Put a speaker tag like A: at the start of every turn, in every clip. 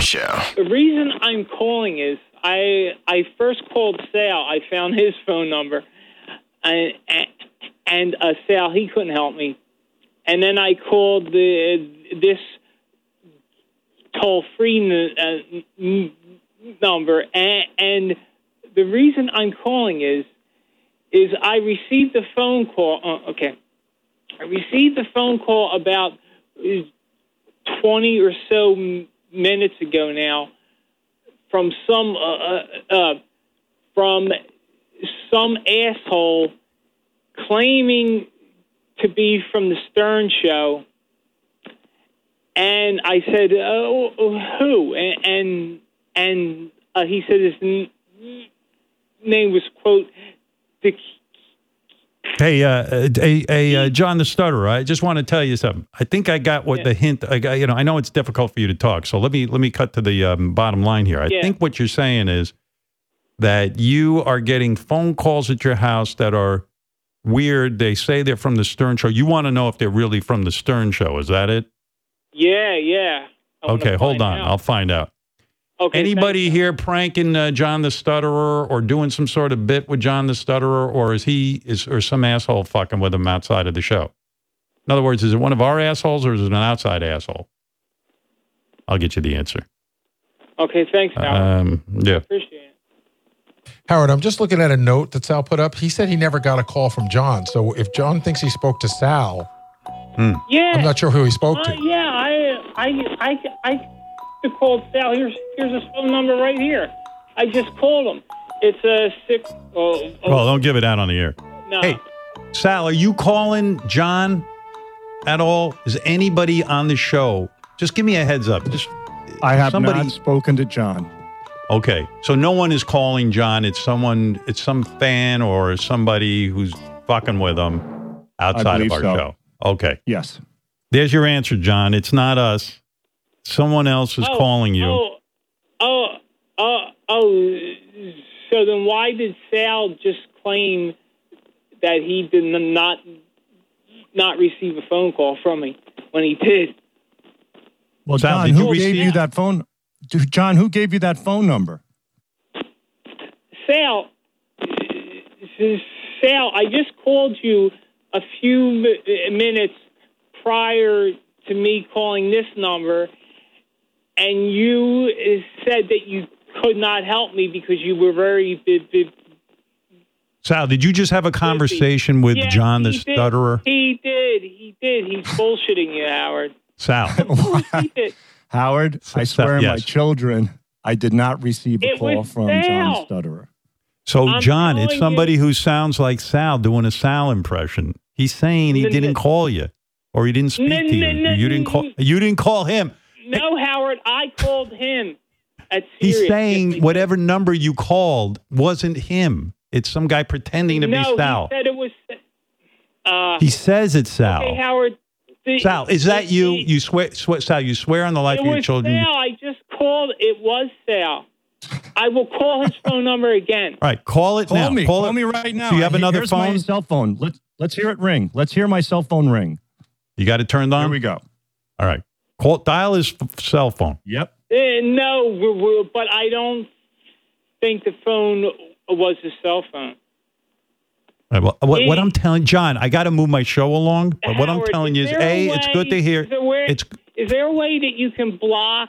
A: show.
B: The reason I'm calling is I I first called Sal. I found his phone number, and and uh, Sal he couldn't help me, and then I called the this toll free n- uh, n- number, and, and the reason I'm calling is is I received a phone call. Uh, okay, I received a phone call about uh, twenty or so m- minutes ago now from some uh, uh, from some asshole claiming to be from the Stern Show, and I said, "Oh, who?" And and, and uh, he said his n- name was quote the
C: Hey, uh, a, a, uh, John the Stutterer. I just want to tell you something. I think I got what the hint. I got, you know, I know it's difficult for you to talk, so let me let me cut to the um, bottom line here. I
B: Yeah.
C: think what you're saying is that you are getting phone calls at your house that are weird. They say they're from the Stern Show. You want to know if they're really from the Stern Show? Is that it?
B: yeah yeah. I wanna
C: Okay, hold
B: Oh, find
C: on.
B: out.
C: I'll find out.
B: okay,
C: Anybody here pranking uh, John the Stutterer or doing some sort of bit with John the Stutterer, or is he is or some asshole fucking with him outside of the show? In other words, is it one of our assholes or is it an outside asshole? I'll get you the answer.
B: thanks. okay, thanks, Howard.
C: Um, yeah.
B: Appreciate it.
D: Howard, I'm just looking at a note that Sal put up. He said he never got a call from John. So if John thinks he spoke to Sal,
B: Yeah.
D: I'm not sure who he spoke
B: Uh,
D: to.
B: yeah, I, I, I, I just called Sal. Here's here's his phone number right here. I just called him. It's a six. Oh, oh,
C: Well, don't give it out on the air.
B: no.
C: Hey, Sal, are you calling John at all? Is anybody on the show? Just give me a heads up. Just
E: I have
C: Somebody-
E: not spoken to John.
C: Okay, so no one is calling John. It's someone, it's some fan or somebody who's fucking with him outside of
E: believe
C: our
E: so.
C: show. Okay,
E: Yes.
C: there's your answer, John. It's not us. Someone else is
B: Oh,
C: calling you.
B: Oh, oh, oh, oh. So then, why did Sal just claim that he did n- not not receive a phone call from me when he did?
E: Well,
C: Sal,
E: John,
C: did you
E: who
C: receive-
E: gave you that phone? Dude, John, who gave you that phone number?
B: Sal, Sal, I just called you a few mi- minutes prior to me calling this number, and you uh, said that you could not help me because you were very bu- bu-
C: Sal, did you just have a conversation with
B: Yeah,
C: John the
B: he did.
C: Stutterer?
B: He did. He did. He's bullshitting you, Howard.
C: Sal,
B: Of course he did.
E: Howard, I
C: Sal,
E: swear my
C: yes.
E: children, I did not receive a
B: It
E: call
B: was
E: from
B: Sal.
E: John Stutterer.
C: so
B: I'm
C: John, it's
B: telling
C: somebody who sounds like Sal doing a Sal impression. He's saying he
B: N- n-
C: didn't call you or he didn't speak
B: N-
C: to you.
B: n- n-
C: You didn't call. You didn't call him.
B: No, Howard, I called him. At
C: He's
B: Sirius.
C: saying whatever number you called wasn't him. It's some guy pretending to
B: no,
C: be Sal.
B: He said it was. Uh,
C: He says it's Sal.
B: Okay, Howard. the-
C: Sal, is that
B: the-
C: you? You swear, swear, Sal, you swear on the life
B: it
C: of your
B: was
C: children.
B: Sal. I just called. It was Sal. I will call his phone number again.
C: All right, call it
E: Call
C: now.
E: me.
C: Call,
E: Call,
C: it.
E: me right now.
C: Do you have
E: Here-
C: another
E: Here's my
C: phone?
E: cell phone. Let's let's hear it ring. Let's hear my cell phone ring.
C: You got it turned
E: Here
C: on.
E: we go.
C: All right, call. Dial his f- cell phone.
E: Yep.
B: Eh, no, we- we- but I don't think the phone was his cell phone.
C: All right, well, uh, what, what
B: Yeah.
C: I'm telling John, I got to move my show along. But what I'm
B: Howard,
C: telling you is,
B: there
C: a, it's good to
B: way-
C: hear.
B: Is there, way,
C: It's
B: is there a way that you can block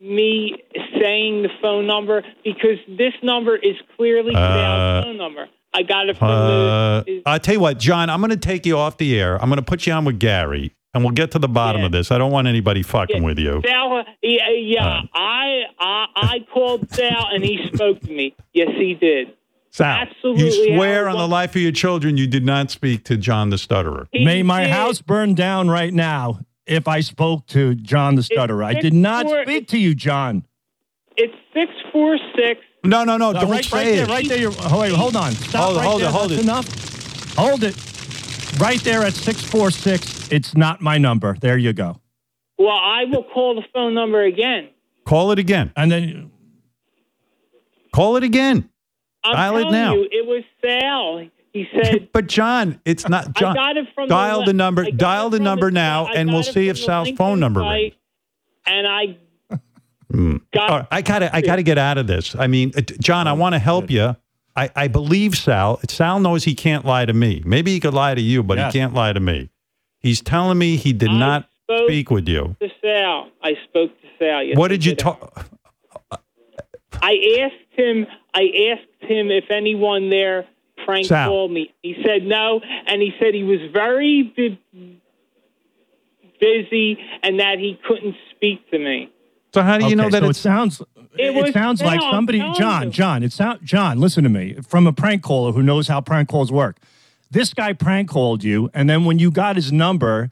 B: me saying the phone number because this number is clearly
C: Uh,
B: Sal's phone number? I got it from
C: Uh,
B: the.
C: I'll tell you what, John, I'm going to take you off the air. I'm going to put you on with Gary, and we'll get to the bottom
B: Yeah.
C: of this. I don't want anybody fucking with you.
B: Sal, yeah,
C: Uh.
B: yeah I, I I called Sal and he spoke to me. Yes, he did.
C: Sal,
B: absolutely,
C: you swear
B: Howard,
C: on the
B: what-
C: life of your children you did not speak to John the Stutterer.
B: He
E: May my
B: did.
E: house burn down right now if I spoke to John the Stutterer. I did not
B: six, four-
E: speak to you, John.
B: It's six four six.
C: No, no, no,
E: Uh,
C: don't
E: right,
C: say
E: right
C: it.
E: there, right there. You're, oh, wait, hold on. Stop
C: Hold it,
E: right
C: hold it,
E: there.
C: hold
E: That's
C: it.
E: Enough. Hold it. Right there at 646. It's not my number. There you go.
B: Well, I will call the phone number again.
C: Call it again.
E: And then
C: Call it again.
B: I'm
C: Dial it
B: telling
C: now.
B: you, it was Sal. He said
C: But John, it's not John.
B: I got it from
C: dial
B: the,
C: the,
B: le- I
C: number.
B: got
C: Dial
B: it
C: the
B: from
C: number now,
B: I
C: and
B: got
C: we'll
B: it
C: see
B: from
C: if
B: the
C: Sal's
B: LinkedIn
C: phone number
B: site,
C: rings.
B: And I God,
C: Hmm. All right, I gotta, I gotta get out of this. I mean, uh, John, I want to help you. I, I believe Sal. Sal knows he can't lie to me. Maybe he could lie to you, but
E: Yeah.
C: he can't lie to me. He's telling me he did
B: I
C: not
B: spoke
C: speak with you.
B: to Sal. I spoke to Sal.
C: What did you
B: yesterday.
C: talk?
B: I asked him. I asked him if anyone there prank
C: Sal.
B: called me. He said no, and he said he was very bu- busy and that he couldn't speak to me.
C: So how do you know
E: Okay,
C: that
E: so
C: it's
E: it sounds it,
B: was
E: sounds like
B: Sal,
E: somebody
B: I'm telling
E: John
B: you.
E: John it sound John listen to me from a prank caller who knows how prank calls work. This guy prank called you, and then when you got his number,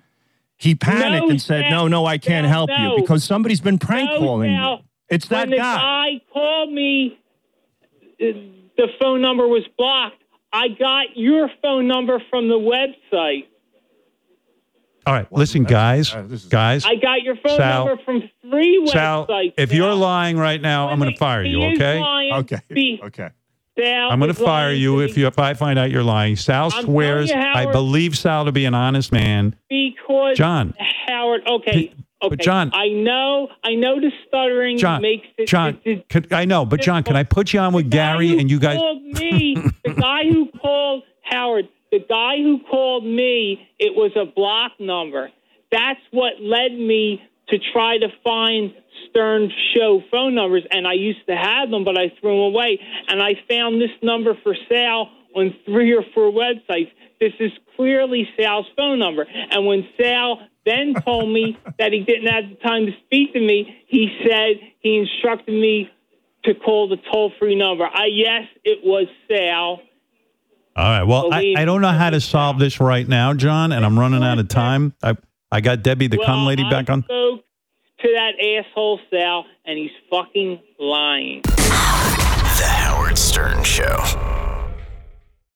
E: he panicked
B: No,
E: and said,
B: Sal,
E: "No, no, I can't
B: Sal,
E: help
B: no.
E: you because somebody's been prank
B: No,
E: calling
B: Sal,
E: you." It's that
B: when the
E: guy.
B: guy called me, uh, the phone number was blocked. I got your phone number from the website.
C: all right? Listen, guys,
E: uh, this is-
C: guys,
B: I got your phone
C: Sal.
B: number from three websites.
C: Sal. If you're lying right now, I'm going to fire you. Okay.
E: Okay.
B: Be,
E: Okay.
B: Sal
C: I'm going
B: is
C: to fire
B: lying
C: you
B: to
C: if
B: me
C: you if I find out you're lying. Sal
B: telling
C: swears.
B: you,
C: I
B: Howard-
C: believe Sal to be an honest man.
B: because
C: John.
B: Howard. Okay.
C: But
B: Okay.
C: John-
B: I know. I know the stuttering
C: John,
B: makes it.
C: John,
B: it- it-
C: could, I know, but John, can I put you on with
B: the guy who
C: Gary and you guys?
B: Called me, the guy who called Howard, the guy who called me, it was a block number. That's what led me to try to find Stern show phone numbers, and I used to have them, but I threw them away. And I found this number for sale on three or four websites. This is clearly Sal's phone number. And when Sal then told me that he didn't have the time to speak to me, he said he instructed me to call the toll free number. I yes, it was Sal.
C: All right. Well, I, I don't know how to solve this right now, John, and I'm running out of time. I I got Debbie the
B: well,
C: cum lady
B: I
C: back on.
B: spoke to that asshole Sal, and he's fucking lying.
A: The Howard Stern